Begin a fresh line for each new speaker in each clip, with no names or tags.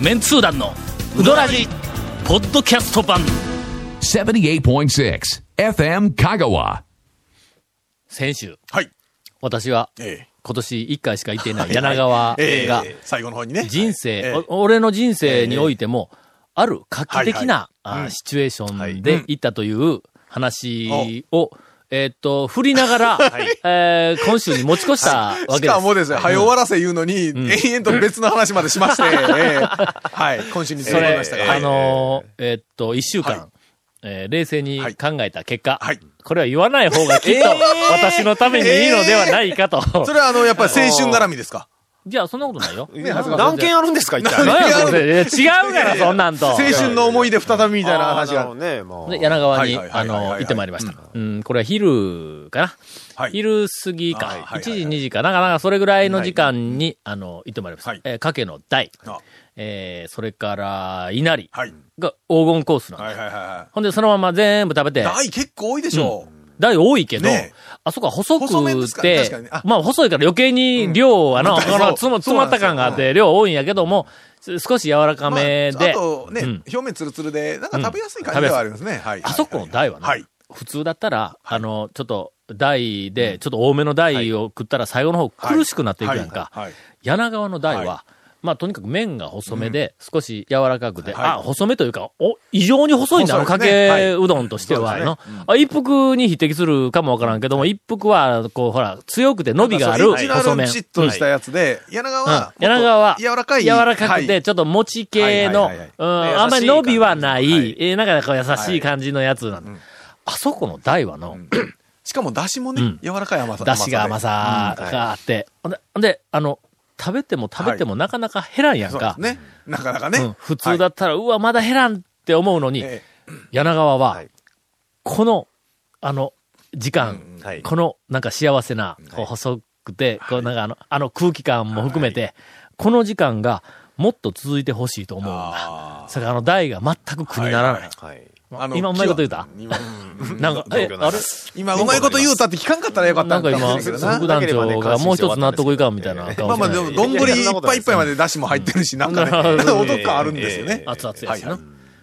メンツー団のウドラジポッドキャスト版
78.6 FM Kagawa.
先週、
はい。
私は、
ええ
今年1回しか行っていない柳川が、
ええ最後の方にね。
人生、
ええ
お俺の人生においても、ある画期的な、
はいはい
あ
うん
シチュエーション
は
で
い
行ったという話を、えーっと、振りながら、えー今週に持ち越したわけ
し
です。
かもですね、早終わらせ言うのに、延々と別の話まで しまして、ええはい、今週に
そ
続き
れ
ましたが、、はい
あのー、えーっと、1週間、
はい
えー冷静に
はい
考えた結果、
はい
これは言わない方がきっと、私のためにいいのではないかと。
それはあの、やっぱり青春絡みですか
じゃあ、そんなことないよ。
ね長谷川
何件あるんですか一
何
体。
件
何や
ある
それいや違う から、そんなんと。
青春の思い出再びみたいな話
あーなるほど
が。
ね、もう。
で、柳川に、
はいは
あ
いはいはいはい
の、行ってまいりました。うん、これは昼かな。
はい
昼過ぎ
あー
か。
はい
1時、
はいはい
2時かな。なかなかそれぐらいの時間に、あの、行ってまいりました
はい。
えー、かけの台
あ。
えー、それから、稲荷
はい。
が黄金コースな
はい
の。
はいは
ほんで、そのまま全部食べて、
い。大結構多いでしょ
台多いけど
ねえ、
あそこは細
細麺で
く
すからね確か
て
にねあ、
まあ細いから余計に量はな、
うん
このつも
そう
詰まった感があって、量多いんやけども、す少し柔らか
う。まあ
めで
あ、とね、
うん
表面ツルツルで、なんか食べやすい感じではありますね。はい。
あそこの台はね、
はい。
普通だったら、あの、ちょっと、台で、ちょっと多めの台を食ったら最後の方苦しくなっていくやんか。
はいはいはい
柳川の台は、まあ、とにかく麺が細めで、少し柔らかくて、
はい
あ、細めというか、お、異常に細いんだろ、
細
か
いですね
けうどんとしては、
はい
の、あ一服に匹敵するかもわからんけども、一服は、こう、ほら、強くて伸びがある
オリジナ
細
ルの
麺。
チッとしたやつで、柳川は、
うん柳川は
柔らかい。
柔らかく
は
て、
い、
ちょっと餅系の、う
は
ん
いはいはいはい
あんまり伸びはない、
はい
えーなんかこう優しい感じのやつなんだあそこの台はの、
しかも、だしもね、
うん
柔らかい甘さ。
出汁が甘
で。
さがあって。ほんでほんで、あの、食べても食べてもなかなか減らんやん
そうで
か。
すね。なかなか
う
ね。
ん普通だったら、うわ、まだ減らんって思うのに、
え
柳川は
はい、
この、あの、時間、
はい
この、なんか幸せな、こう細くて、こうなんかあの、あの空気感も含めて、この時間が、もっと続いてほしいと思うんだ。それからあの、台が全く苦にならない。
はい。
あの
今うまいこと言うた
今
なんか、え、あれ
今、うまいこと言うたって聞かんかったらよかっ
なん
たん
か
かもしれ
今、
ん
副
けどな。
団長がもう一つ納得いかんみたいな顔
まあ
して
ま
ま
あ、
す
で
け
も、
ど
丼いっぱいいっぱいまで出汁も入ってるし、なんか ね、
うん
お得感あるんですよね。
ええ
熱々やしな。
はい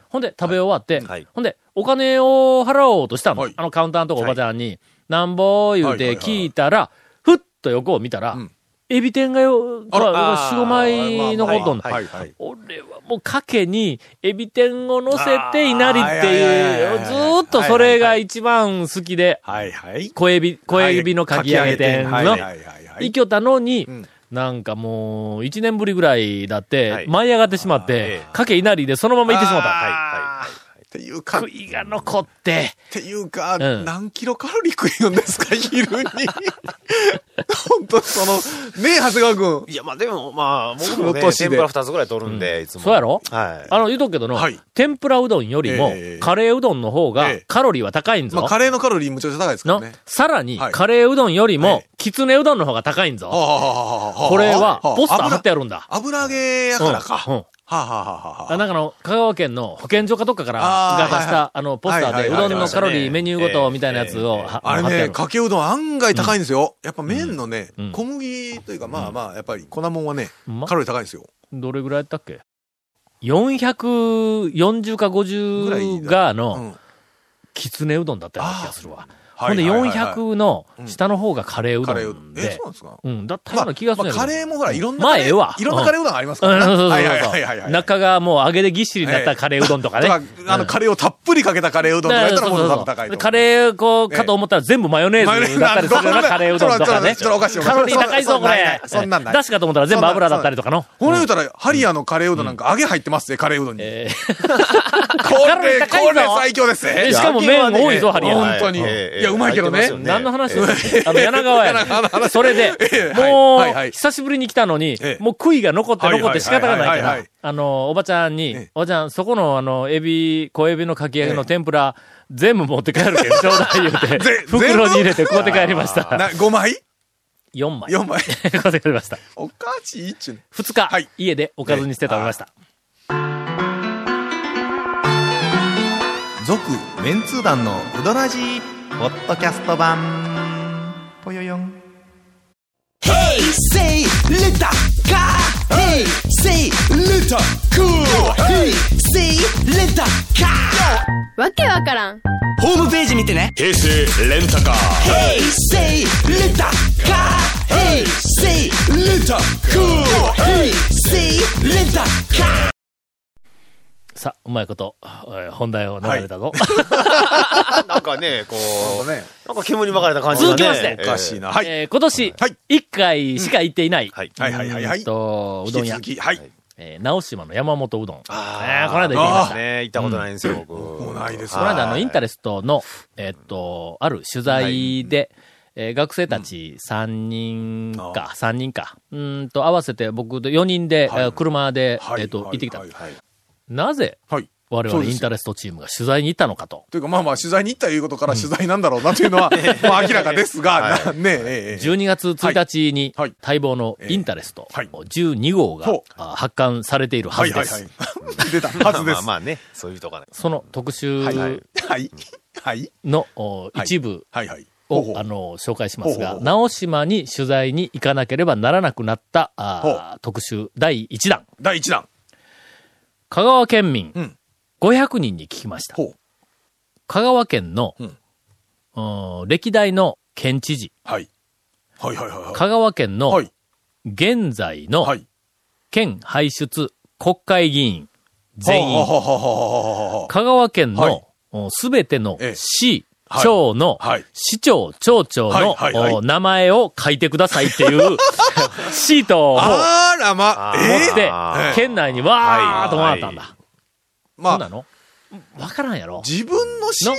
ほんで、食べ終わって、
はい
ほんで、お金を払おうとしたの。
はい
あのカウンターのとこおばちゃんに、なんぼ言うて聞いたら、ふっと横を見たら、
うん
エビ天がよ、
あら
まあ四五枚残っとんの。
はい。はい。
俺はもう賭けに、エビ天を乗せていなりって
あ
いう、
ー
ずーっとそれが一番好きで、
はいはい。
小エビ、小エビのかき揚げ店
はいは
の
い、はいはい
行きよったのに、
ん
なんかもう、一年ぶりぐらいだって、
はい
舞い上がってしまっ
あー
て
ええ、
かけいなりでそのまま行ってしまった。
あーっていうか、っ
悔いが残って、
ていうか、
うん
何キロカロリー食いよんです か、昼に。本当その、ねえ、長谷川くん。
いや、まあでも、まあ、僕
その
もね、
年で
天ぷら二つぐらい取るんで、いつも。
そうやろ
はい。
あの、言うとくけどの、
はい
天ぷらうどんよりも、
ええ
カレーうどんの方が
ええ
カロリーは高いんぞ。
まあ、カレーのカロリーむちゃくちゃ高いですから
の、
ね。
さらに、
はい
カレーうどんよりも、
はい
きつねうどんの方が高いんぞ。
こ
これは、ポスター貼ってあるんだ。
油揚げやからか。
うんう
は
ん
あ、はあはあは
あ
あ、
なんかあの、香川県の保健所かどっかから、
あ
が
ー
出し
はいは
た、あの、ポスター
はい
で、う
はいはい
どんのカロリー、メニューごと、みたいなやつを、は貼
あ
ってあ
れ
る
ね、
の。
かけうどん案外高いんですよ。やっぱ麺のね、
うん
小麦というか、まあまあ、やっぱり粉もんはね、
ほんま
カロリー高いんですよ。
どれぐらいやったっけ ?440 か
ぐらい
50
だ
があ
う
の、
ん。
きつねうどんだったような気がするわ。
は
ほんで
いはいはいはい
400の下の方がカレーう
カ
ど
レーうど
ん
ん。え、
で
そう、なんですか
うん、だったよ
ま
うな
あ
気がするん
ま
やけ
あ
ど
カレーもほら、いろんな
まあ
カレー、
ええわ
いろんなカレーうどんありますか
うん、
ら
そうそうそう
はいはい
そ
は
う
いはいはい。
中がもう揚げでぎっしりになったカレーうどんとかね。
とかあの、カレーをたっぷりかけたカレーうどんとかやったらもっと多分高いと思う。
カレー、こう、
ええ
かと思ったら全部マヨネーズだったりするようなカレーうどんとかね。
ちょっとおかしいおかしい
カロリー高いぞ、こ
そんなんな
れ
い。そんなんない
出しかと思ったら全部油だったりとかの。
これ言うたら、ハリアのカレーうどんなんか揚げ入ってますね、カレーうどんに。
え
こ
カロリー
れ、
高いぞ
これ最強ですね
えし。かも麺多いぞ、ハリア。
本当に。いや、うまいけどね。
何の話ですかあの、柳川やね。それで
ええ、はい
も
はいは
う、
い
久しぶりに来たのに
ええ、
もう悔いが残って残って仕方がな
はいい
か
は
ら
いはいはいはい、
あの、おばちゃんに
ええ、
おばちゃん、そこの、あの、エビ、小エビのかき揚げの天ぷら、全部持って帰る けど、ちょうだい言うて
ぜ、
袋に入れて買うて帰りました。
な、5枚
4枚。
?4 枚。
買うて帰りました。
おかしいっちゅうね。
2日、
はい
家でおかずにして食べました。
続、
メンツー団のウドラジーポッドキャスト版ぽよよん
Hey, say, let up, car. Hey, say, let up, cool. Hey, say, let up, car.
わけわからん
ホームページ見てね。
平成レンタカー
Hey, say, let up, car. Hey, say, let up, cool. Hey, say, let up, car.
さあ、うまいこと、えー本題を流れたぞ。
なんかね、こう、
ね
なんか煙に巻かれた感じ
続
がね。
きまして
おかしいな。はい。
えー今年、
はい
1回しか行っていない、
はい。
はいはいはいは
えっ
い。
と、うどん屋
引、き続きはい。
えー直島の山本うどん。
あ
えーこの間行ってきました。
ね行ったことないんですよ、僕。も
うないです
この間、あの、インタレストの、えっと、ある取材で、えー学生たち3人か、3人か、うーんと、合わせて僕と4人で、えー車で、
はい
えっと、行ってきた。
はいはいはい
なぜ、
はい。
我
そう
々
で
イ
すよ
ンタレストチームが取材に行ったのかと。
というか、まあまあ、取材に行ったいうことから取材なんだろうなという のは、まあ明らかですが、なねえええ、ええ。
12月1日に
はいはい
待望のインタレスト
ええはい
12号が
ほう
あ発刊されているは
はい
ず
は
で
いはい
す。。
出た、はずで
まあ
す。
まあね、そういうとこね。
その特
はいはい
集。
はい。はい。
のお
はい
一部
はいはい。ほうほ
を
う
あの紹介します
ほうほう
が、
ほう
直島に取材に行かなければならなくなった
ほ
あー特集第1弾。
第1弾。
香川県民
うん
500人に聞きました。
ほう。
香川県の
うん
うん歴代の県知事、
はい。はいはいはいは
香川県
い。は
の
い。
現在の
はい。
県輩出国会議員全員
はあはあはあはあはあはあ
香川県
はい
のすべての
ええ
市、
はい
町の
はい、
市長、町長の
はいはいはい
お名前を書いてくださいっていう シートを持
あらま
あ、ー
え
っ
え
て
あー、
県内にわーっと回ったん
は
だ。そ
ま
うな
あ、
のわからんやろ
自分の市
の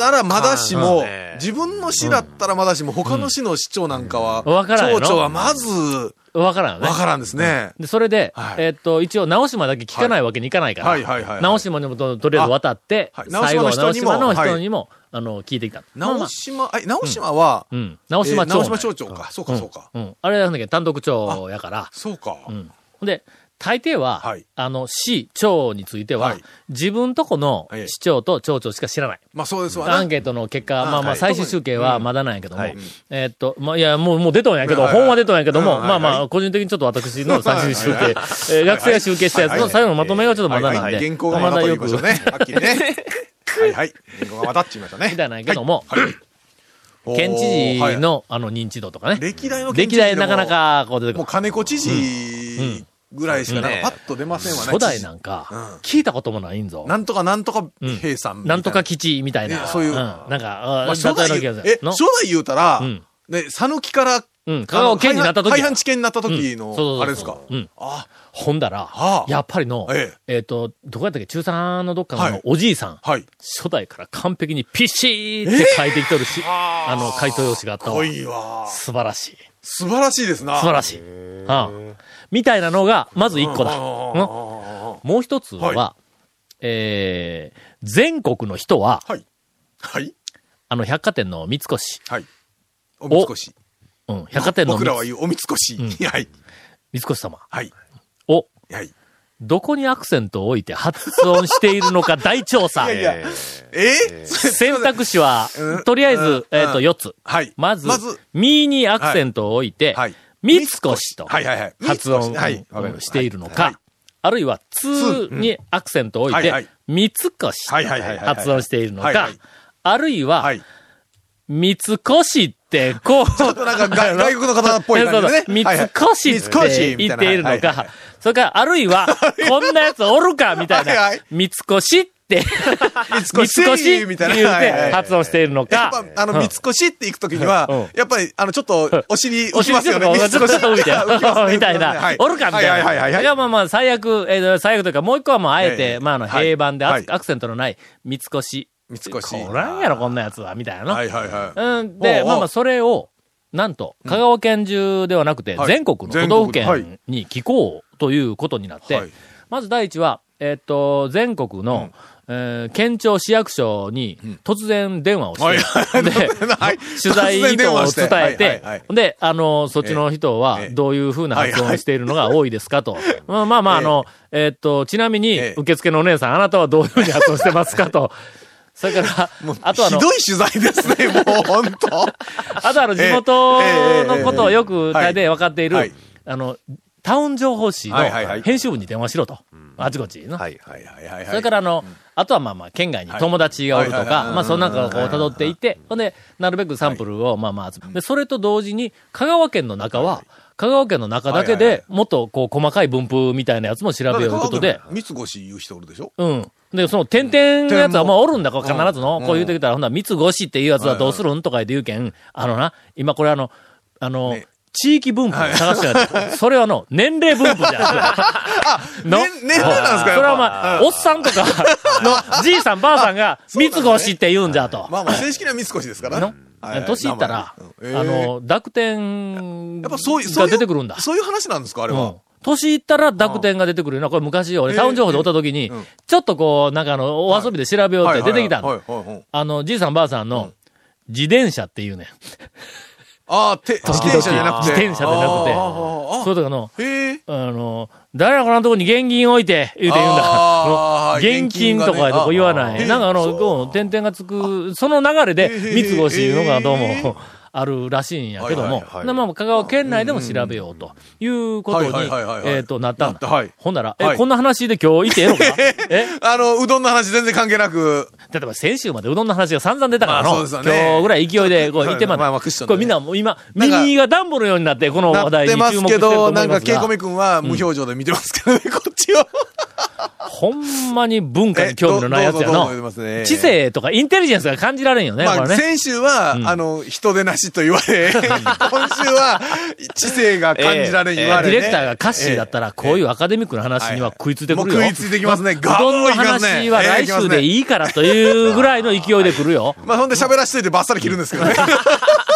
ならまだし
う
も
んね、
自分の市だったらまだしも、他の市の市長なんかは、
うんわからんよ
町長はまず、
わからんよね
わ。からんですね。
で、それで、
はい
えーっと、一応、直島だけ聞かないわけにいかないから、
はいはいはいはい
直島にもととりあえず渡って、
あはい
最後は直
直
島
島
の
の人にも
人にも、あの、聞いてきた。まあま
直
あ
島、え、直島は、
うん。直
えー
島町内。
直島町長か。そうかそうか。
うん。あれなんだっけ、単独長やから、
そうか。
うん。で、大抵は、
はい
あの、市、町については、
はい
自分とこの
ええ
市長と町長しか知らない。
まあそうですわ
アン
な。
ケートの結果、
あ
まあま
は
あ、
い
最終集計はまだなんやけども、
はい
えーっと、まあ、いや、もう、もう出とんやけど、
はいはいはい
本は出とんやけども、
うんはい
ま
は
あ
い
まあ、個人的にちょっと私の最終集計、
はいはいは
え
い
ー学生が集計したやつの最後のまとめがちょっとまだなん
はい
で、
はい原稿が
ま
まだ
だよ
と言い
く、
ましょうね。はっき りね。はいはい。原稿がまだって言いましたね。
みたいなんやけども、
おー
県知事
はい
の、あの、認知度とかね、
歴代の県
歴
知事で
代
も
なかなかこう出てく
もう
る。
金子知事ぐらいしかなん
うん
かパッと出ませんわね。
初代なんんか、
うん
聞いたこともないんぞ。
なんとかなんとか兵さんみたい
なんとか基地みたいな。
ねそういうん
なんか、
まあ
あ
初
だったよう
代
な気がする
え、
の
初代言うたら
うん、
ね、佐野木から、
うん香川県になった時
あの廃藩廃藩地県になった時
うんそうそうそう
の、あれですか。
うん
あ、
ほんだら
はあ、
やっぱりの、
え
えっと、どこやったっけ、中3のどっか
は
の
い
おじいさん、
はい。
初代から完璧にピッシーって書いてきとるし、あの、回答用紙があったわ
濃。いわ。
素晴らしい。
素晴らしいですな。
素晴らしい。うんみたいなのが、まず一個だ。うんもう一つは
は、
えー全国の人は、
はい。はい。
あの、百貨店の三越、
はい。おみつこし。
うん百貨店の
僕らは
三
言うおみつこし。はい。
越様
はい。
を、
はい。
どこにアクセントを置いて発音しているの か大調査。
いや
えー
えー
選択肢は
う、ん
とりあえ
う
ず
ん、
えっと、
うん
4つ。
はい。
まず
まず、、
ミにアクセントを置いて
はい、
三越と
はいはいはい
発音
三越はいわかりまし
し
た
ているの
はい
か、あるいは、通
通
にアクセントを置い
はいは
て
い、
三越と
はいはいはいはいはい
発音しているの
はいは
か
い、
あるい
は
は、
い。
三越って、こう、
ちょっとなんかが外国の方っ ぽい感じでね。
三
はいはい
越って言っているの
三越みたいなはいはい
か、それから、あるい は、こんなやつおるか、みたい
はいは、
ない三越って、三
越
越って
みたいな
言う
はいは
て
い
発音しているの
や
か
っ、ぱ、あの、
うん
三越って行くときには、
うん
やっぱり、あの、ちょっと、お尻 浮きますよね。
お尻ちょっとちょっと浮いて
浮きます ね
みたいな
は。い
おるかみたいな。
はいはいはいはい
や、まあまあ、最悪、えー最悪というか、もう一個はもうあえ
え
て、
え
まあ、あの、
はい
平板でア
はい
クアクセントのない、三越。
三越
こらんやろ、こんなやつは、みたいなの。
はいはいはい。
うん。で、
おうおう
まあまあ、それを、なんと、香川県中ではなくて、
はい
全国の都
全
道府
国では
県
い
に聞こうということになって、
はい
まず第一は、えーっと、全国の、えー県庁市役所に突然電話を
はい
して、 で、
はい
取材意図を伝えて、
はいはいはい
で、あの、そっちの人は
ええ
どういうふうな発音をしているのが多いですかと。 まあまあまあ、あの、えーっと、ちなみに
ええ、
受付のお姉さん、あなたはどういうふうに発音してますかと。それから、あとあ
ひ
の、
どい取材ですね、もう本 当。
あとあの、地元のことをよく大
ええええええ
体分かっている、
はい
あの、タウン情報誌の
はいはいはい
編集部に電話しろと。あちこちの。
はいはいはいはいはい。
それからあの、あとはまあまあ、県外に友達がおると
はいはいはい
か、まあその中をこう辿っていって、ほんで、なるべくサンプルをまあまあ集めで、それと同時に、香川県の中は、香川県の中だけ
はいはい
で、もっとこう細かい分布みたいなやつも調べようということで、
三越いう人おるでしょ
うん。で、その、点々のやつは、まあ、おるんだから、必ずの。こう言うてきたら、ほんなら、三つ越っていうやつはどうするんとか言って言うけん。あのな、今これあの、あの、地域分布で探して ない。それはの、年齢分布じゃん。 の
ね年齢なんですか
それはまあ、おっさんとか、 の、じいさんばあさんが、三つ越って言うんじゃと。
まあまあ、正式には三越ですから
の
ね。はいはい
年いったら、あ
名前ねうんえー
の、濁点
やっぱそういう、
が出てくるんだ。
そういうそういう話なんですか、あれ
うん
は。
年いったら濁点が出てくるような、これ昔俺、
えー
タウン情報でおった時に、ちょっとこう、なんかあの、お遊びで調べようって出てきたの
はいはいはいはい。
あの、じいさんばあさんの、自転車っていうねん。
ああ、て自
々
転車じゃなく
自
て。
転車じゃなくて
あーあーあー
そういうとかの、
へえ。
あの、誰やこんなとこに現金置いて、言うて言うん だ。
あー
現金とか
現金がね
とこ言わな
あー
い。なんかあ
そ
の、
う
こう、点々がつく、その流れで
へー、
三つ星いうのがどう
へー
も、あるらしいんやけど
はい
も
はいは、い
なまあ、香川県内でも調べようということに
はいはいはいはい、はい
えっと、なったん
なった
だ
はい。
ほんなら、
は
え、
い
こんな話で今日いてええのかえ
あの、うどんの話全然関係なく。
例えば先週までうどんの話が散々出たからの、
まあそうですよね
今日ぐらい勢いでこう言ってまで、
まあまあクッション
こ
でね
れみんなもう今、
なんか
耳がダンボのようになって、この
な
話題
っ
に
てま
注
す
目してる
け
と思
ど、
いま
な
す
ん
が
か、ケイコミ君は無表情で見てますけ どね、こっちを。
ほんまに文化に興味のないやつや
えどう
の
ぞどうぞどうぞ言いますね、
知性とかインテリジェンスが感じられんよね、
ま
こ
あ、
れね。
先週は、
ん
あの、人でなしと言わ れ、今週は、知性が感じられ、
ええ
言わ
デ
れ、
ィレ
ね。
クターがカッシーだったら、こういうアカデミックな話には食いついてくるよ。
はいはいもう食いついてきますね
うどんの話は来週でいいからというぐらいの勢いで来るよ。
まあ、ほんで喋らしといてバッサリ切るんですけどね。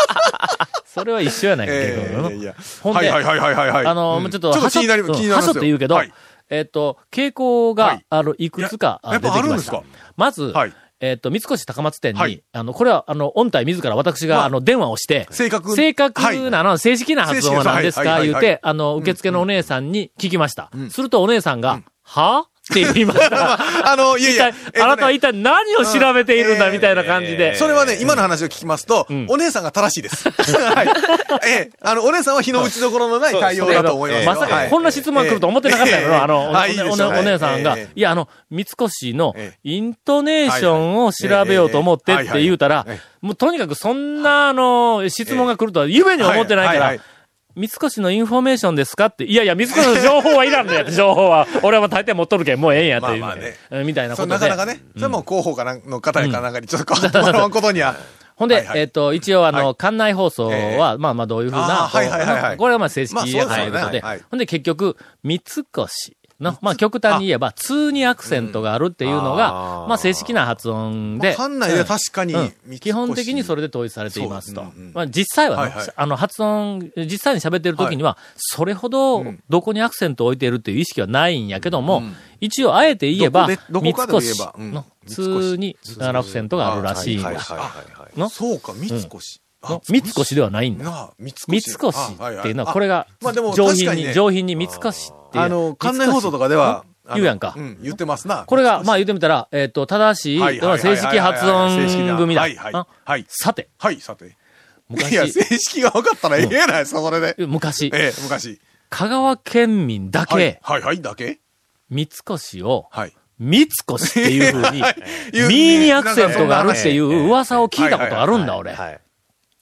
それは一緒やないか、結
ええ
構の
いやいや
ほんで、
はいはいはいはいはい。
あの、
うん
もうちょっと、はし
気
ょ
になり、気
うん
になります
はし
よ。
ょって言うけど、
はい
えっ、と、傾向が、
はい
あの、いくつか
や
あ
や
出
ってぱあ
き
るん
ま
で
し
す
た
か。
まず、
はい
えっ、と、三越高松店に、
はい
あの、これは、あの、音体自ら私が、
まあ
あの、電話をして、
正確
正確な、あの、正式な発音は何です
正式です
か
はい
言う
はいはいは
て、あの、受付のお姉さんに聞きました。するとお姉さんが、はって言いました。
あの、 いやい
一
や、
体、あなたは
えっ
一体何を調べているんだ、
うん
みたいな感じ
と
で
ね。それはね、今の話を聞きますと、お姉さんが正しいです。 はい。ええ、あの、お姉さんは日の打ちどころのない対応だと思いますよ。
まさ
は
か、
い
こんな質問来ると思ってなかったやろ、
ええ
あの、お
はいいいですよ
おおお姉さんが、
ええ
いや、あの、三越の
え
イントネーションを調べようと思って
ええ
っ
はいはい
て言うたら
ええ、
もうとにかくそんな、あの、質問が来るとは夢にも思ってないか
はは
ら、三越のインフォメーションですかって、いやいや、三越の情報はいらんのやって、情報は。俺はもう大抵持っとるけん、もうええんやっていう
まあまあね
えみたいなこ
そ
と
う
で。
なかなかね、それはもう広報かなんの方やかなんかにちょっと変わってもらわんことには。
ほんで、
はいはい
えっ、と、一応、あの、
は
館内放送は、
ええ
まあまあ、どういうふうな、
あーはいはいはいはい
これはまあ、正
まあ
式やからというこ
そ
と
う
で、
ですよねはい
ほんで、結局、三越の、まあ、極端に言えば、通にアクセントがあるっていうのが、
あー
まあ、正式な発音で、
館内で確かに
うん、
三越
基本的にそれで統一されていますと。
そううんうん
まあ、実際はね、
はいはい
あの、発音、実際に喋ってる時には、それほど、どこにアクセントを置いているっていう意識はないんやけども、一応、あえて言えば、
どこでど
三
こかで言え
越
ばうん
の通にアクセントがあるらしいんだ
はいはいはいはい。
そうか、三越。あ
の三越ではないんだ。
なあ、三越。
三越
あは
っていうの
あ
は、これが
まあでも、
上
確
品
かに
に、
ね、
上品に三越っていう。
あの、館内放送とかでは、
三越言うやんか
あのうん、言ってますな。
これが、まあ
三
言ってみたら、えっと、正しい、
はいはいはい
正式発音組だ
はいはいはい。
あ
はい。
さて、
はい、さて。いや、正
昔、
式が分かったらええやないですか、それで。
昔、
ええ、昔。
香川県民だ
はい
け、、
はい、はい、だけ
三越を、
はい。
三越っていう風 に、
言う
ミーにアクセントがあるってい
なんかそんな話
う噂を聞いたことあるんだ、俺。
はい。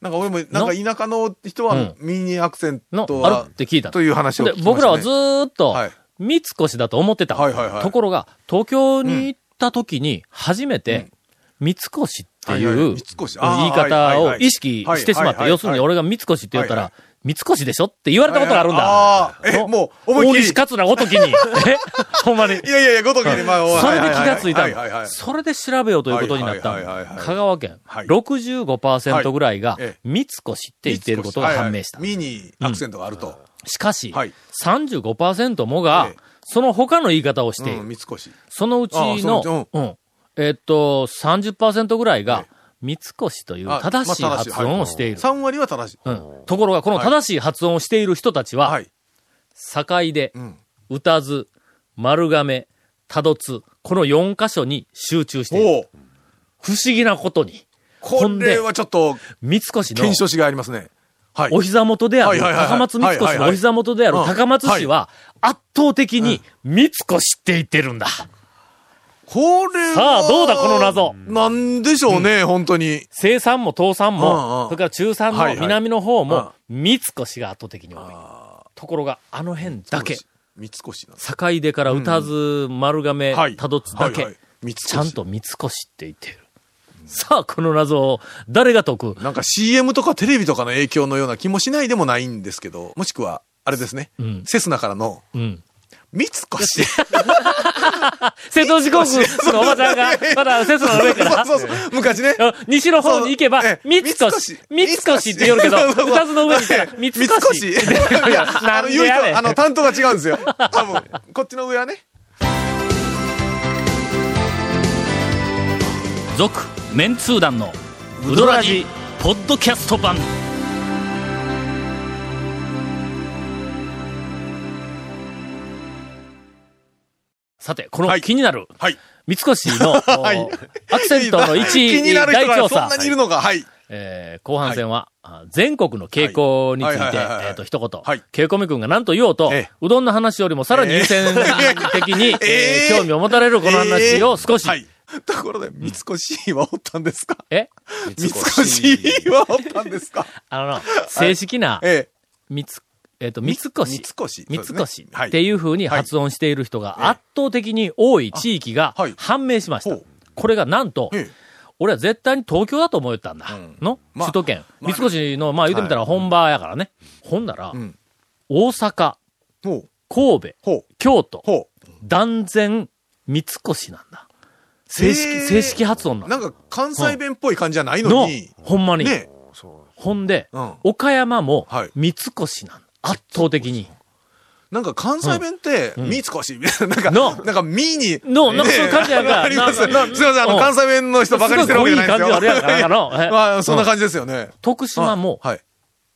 なんか俺も、なんか田舎の人は、ミニアクセン
の
ト、
あ
は
るって聞いたの
という話を聞
で
きましたね
僕らはずーっと
はい、
三越だと思ってたの、
はいはいはい
ところが、東京に行った時に、初めて、三越ってい、
はいはいう三越あー
言い
はい
方
はい
を
はい
意識してしまっ
はいはいは
て、
い
要するに俺が三越って言った
は
ら、三越でしょって言われたことがあるんだ。
ああ、え、
の
もう、思
大
いっき
西
り。
桂ごとき に。えほんまに。
いやいやいや、ごときに、まあ、
それで気がついた
はいはいは
の。
い。
それで調べようということになった
はいはいはいはいは
の。
い
香川県、
はい
65%ぐらいが
はいええ、
三越って言っていることが判明した
は。いはいミニアクセントがあると。
しかし
はい、
35%もが
ええ、
その他の言い方をしている
うん、。三越。
そのうち
ああそのうち
の、うん。えっと、30%ぐらいが、三越という
あ
正しい
まあ
発音をしている。
3割は正しい。
うん。ところが、この正しい発音をしている人たち
は
は、
い。
堺で
う、ん。
歌津、丸亀、多度津、この4箇所に集中している。
おう
不思議なことに、
こ
ほんで
れはちょっと、
三越の
検証しがいありますね。はい。
お膝元であ
はい
る、
はいはいはい
高松三
はい
越
は
の
い
お
はい
膝元である
うん
高松市は、圧倒的に三越って言ってるんだ。
これは
さあどうだこの謎
なんでしょうね、本当に。
生産も倒産
うんう
も、
ん
それから中産
はい
の
はい
南の方も、三越が圧倒的に多い。ところが、あの辺だけ、
三越なんです。
境出から歌津、丸亀
はい、
たどつだ
はいは
け
い、三越
ちゃんと三越って言っている。さあ、この謎を誰が解く
なんか CM とかテレビとかの影響のような気もしないでもないんですけど、もしくは、あれですね、
ん
セスナからの、
うん。
三越。
瀬戸時刻のおばちゃん が、まだセスナの上から。
そうそうそう、昔ね。
あ西の方に行けば
そうえ、え
三越、三越って言うけど、
そうそうそう
二つの上に行ったら、三
三
越。
越。いや、
な
あ
ん
の、
で
言う
やねん
人、あの、担当が違うんですよ。多分、こっちの上はね。
続メンツー団のウドラジポッドキャスト版
さて、この気になる、
はい。
三越 の、
い
アクセントの1
気になる人
大調
がそん
査
な、にいるのが、はい。
えー後半戦は、あ全国の傾向につい
はい
て、
はいはいはいはい
えっと、一言、
はい
ケイコミ君が何と言おうと、
ええ
うどんの話よりもさらに優先的 に、
ええ
えー興味を持たれるこの話を少し、
はい。ところで、三越はおったんですか
え
三越はおったんですか
あのな、正式な、
ええ。
三つ、えっ、と、三越。
三越
三
そうです
越
ねはい
っていう風に発音している人が圧倒的に多い地域が
あはい
判明しました。
ほう
これがなんと、
ええ
俺は絶対に東京だと思ったんだ。の、
ま
首
あ
都圏。三越の、まあ言うてみたら本場やからね。ほんなら、
ん
大阪、
ほう、
神戸、
ほう、
京都、
ほ
断然三越なんだ。正式、
へえ
正式発音な
う。
ん
な
だ。
んか関西弁っぽい感じじゃないの
の
に、、
ほんまに。
ね。
ほんで、
うん
岡山も
はい
三越なんだ。圧倒的に。
なんか関西弁って、三越みたいな、 なんか、
の
なんか、ミーに。
のなんかそういう感じやから
ねあります。すい
な
ま
な
せん、あ
う
の、
ん
関西弁の人ばかりしてるわけじゃないんです
す
よ。
ごいいい感じあるやんなんかのえ
まあ、そんな感じですよね。
徳島も
はい。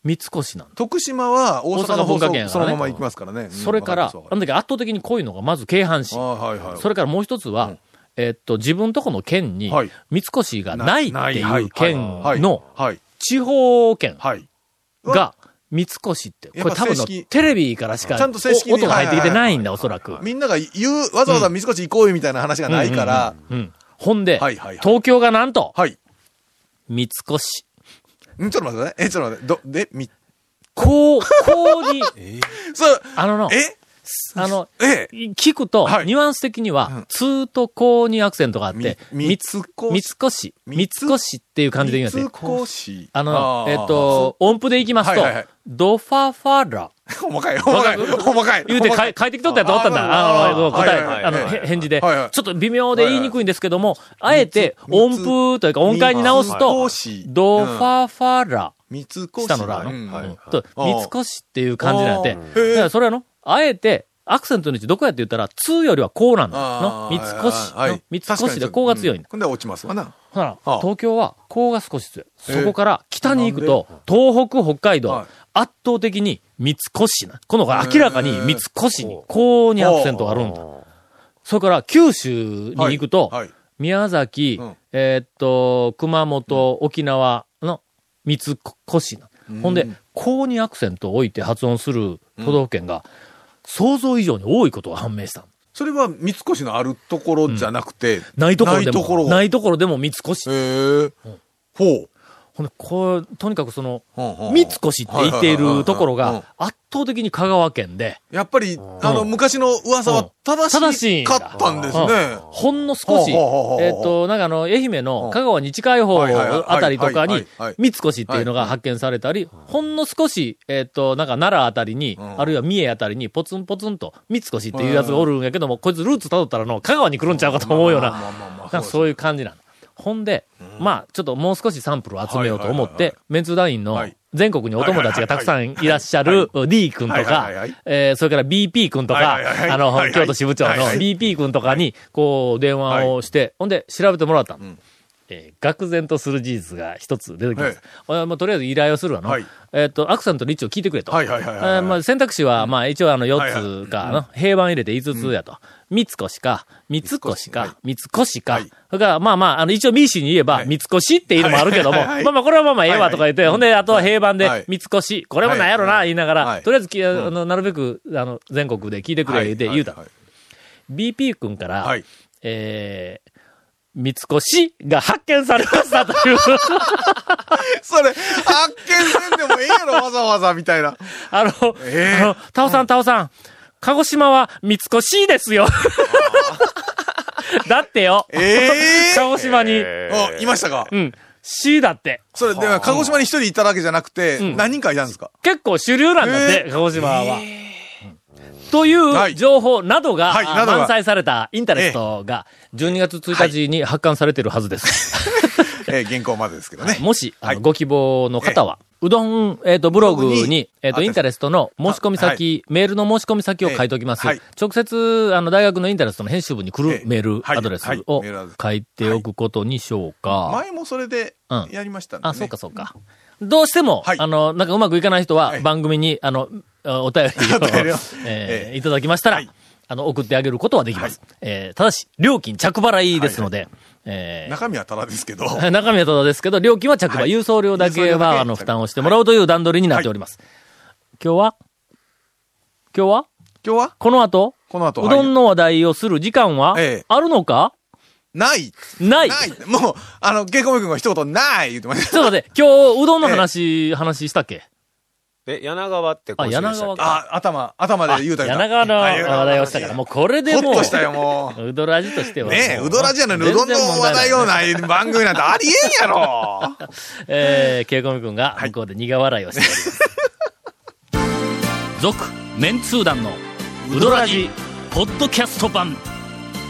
三越なんだ。
徳島は大阪の
大阪文
方
化圏やからね
そそのまま行きますからね。うん
それから、あの時圧倒的に濃いのが、まず京阪
あ
神。
はいはい。
それからもう一つは、えっと、自分とこの県に
はい、
三越がないっていう県
はい
の
はい。
地方県
はい。
が、三越って、こ
やっぱ
れ多分の
正式
テレビからしか
ちゃんと正式に
お音が入ってきてないんだ、おそらく。
みんなが言う、わざわざ三越行こうよみたいな話がないから、
うん。ほんで
はいはいはい、
東京がなんと、
はい。
三越。
んちょっと待ってね。え、ちょっと待って。ど、で、み、
こう、こう に、
そう、
あのの、
え
あの、
え
聞くと、
はい
ニュアンス的には、通とこうにアクセントがあって、
み
み
み
つ
つ
こ
こ
みつこし、み
み
つ
つ
こしっていう感じで言うん
三
ですね。
越。
あの、
ー
えっ、、と、音符でいきますと
はいはいはい、
ドファファラ、
細かい、細かい、細かい。
言うてか
細か
い
い
書いてきとったやつおったんだ。
あ
あの、
ー
答え、
はいはい
あ
はい
の、へ返事で、
はいはい
ちょっと微妙で言いにくいんですけども、あえて
みつ
音符というか音階に直すと
みつこ、し
ドファファラ、
三越。
下のラの、
うん
うん
はい
と、三越っていう感じなんやて
あ。ー
だからそれはの、あえて、アクセントの位置どこやって言ったら、通よりはこうなんだ。の
あ
三
ー
越
はい
の
はい。
三越でこうが強いんだ。
今度は落ちますわな。
ほな
あ
東京はこうが少し強い。
えー
そこから北に行くと、東北、北海道
はい、
圧倒的に三越な。この方が明らかに三越に、こうにアクセントがあるんだ。それから九州に行くと、
はい。
宮崎、
うん
えーっと、熊本、沖縄の三越な。ほんで、こうにアクセントを置いて発音する都道府県が、想像以上に多いことが判明した。
それは三越のあるところじゃなくて、
ないところでも、な
ないい
と
と
こ
こ
ろ
ろ
でも三越。
へえ。ほう。
ほんで、こう、とにかくその、
うんうんうん
三越って言っているところ
はいはいはいはいうん
が、圧倒的に香川県で、
やっぱり、あの、昔の噂は
正
正
しいん
し
だ
かったんです
うん
ね。
ほんの少し、
ほうほうほうほう
えっと、なんかあの、愛媛の香川に近い方
はいはいはい
あたりとか
はい
に
はいはい、
三越っていうのが発見されたり、ほんの少し、えっと、なんか奈良あたりに、
ん
あるいは三重あたりに、ポツンポツンと三越っていうやつがおるんやけども、こいつルーツ辿ったらの、香川に来るんちゃうかと思うような、
まあまあまあまあま
なん
あ
かそういう感じなの。ほんで、まあ、ちょっともう少しサンプルを集めようと思って、メンツー団員の
はい
全国にお友達がたくさんいらっしゃる D 君と
はいは
か
いはいはい、
えーそれから BP 君とか
はいはいはい、
あ
はいは
の、
い
京都支部長
はい
の
はい
BP 君とかに、こう、電話をして、ほんで、調べてもらったの。えー、愕然とする事実が一つ出てきます。
はい
俺はもうとりあえず依頼をするわの。
はい
えっ、と、アクさんとリッチを聞いてくれと。
はいはいはいはいはい
えーまあ、選択肢は、まあ、一応あの
はいはい
4つか、の平板入れて5つやと。三越か、三越か、三越か。
はい
それから、まあまあ、あの、一応ミーシーに言えば、
い
三越っていうのもあるけども、
はいはいはい
まあまあ、これはまあまあ、ええわとか言って、ほんで、あとは平板
は
で
い、
三越、これもなんやろな、
はい
言いながら、
はい
とりあえずき、あの、なるべく、あの、全国で聞いてくれ、言うて、言うた。
はい
BP 君から、
はい
えー、三越が発見されましたという、
それ、発見せんでもええや ろ、わざわざ、みたいな。
あの、
えー
あの、タオさん、タオさん、鹿児島は三越ですよ。 だってよ、
ええ
鹿児島に、
あ、いましたか
うん、C だって、
それ、でも、鹿児島に一人いただけじゃなくて、
ん
何人かいたんですか
結構主流なんだって、鹿児島は。とい
は
う
い
情報などが、
はい
あ
などが
満載されたインターネットが12月1日に発刊されてるはずです。
えー、原稿までですけどね。
もし、あの
はい
ご希望の方は、うどん、えっ、と、ブログ
ブログ
に
に、
えっ、と、インタレストの申し込み
あは
先、メールの申し込み先を書いておきます。
ええはい
直接、あの、大学のインタレストの編集部に来
え
る
え
メール
はい
アドレス
はい
を
メールアドレス
書いておくことにしようか。
前もそれで
うん、
やりましたんで、ね
あ、そうか、そうか。どうしても、
はい
あの、なんかうまくいかない人は
は、い
番組に、あの、あお便りを
お便りを
え
え
ー
え
いただきましたら、
はい
あの、送ってあげることはできます。えーただし、料金着払いですので、えー
中身はただですけど。
えー 中身はただですけど、料金は着払、、
はいい
郵送料だ
郵
け
送料だけ
は、あの、負担をしてもらうという段取りになっております。今日は今日は
今日は
この後
この後
うどん
の。
の話題をする時間は、
ええ
あるのか
ない。
ない
ない。もう、あの、ケコメ君が一言、ない言ってました。
ちょっと待って、今日、うどんの 話、話したっけ
え、柳川ってこっちでしたっ
あ柳川
け
か
あ、頭、頭で言うた
柳川の話題をしたから、もうこれで
ほ
も
っとしたよ、も
う、うどらじとして
う。
は。
ねえ、
も
うどらじやのにう
全
ど
然
んの話
問題な
題
い
をない番組なんてありえんやろ
えー、ケイコミ君が、向こうで苦笑いをしております。
続メンツー団のウドラジポッドキャスト版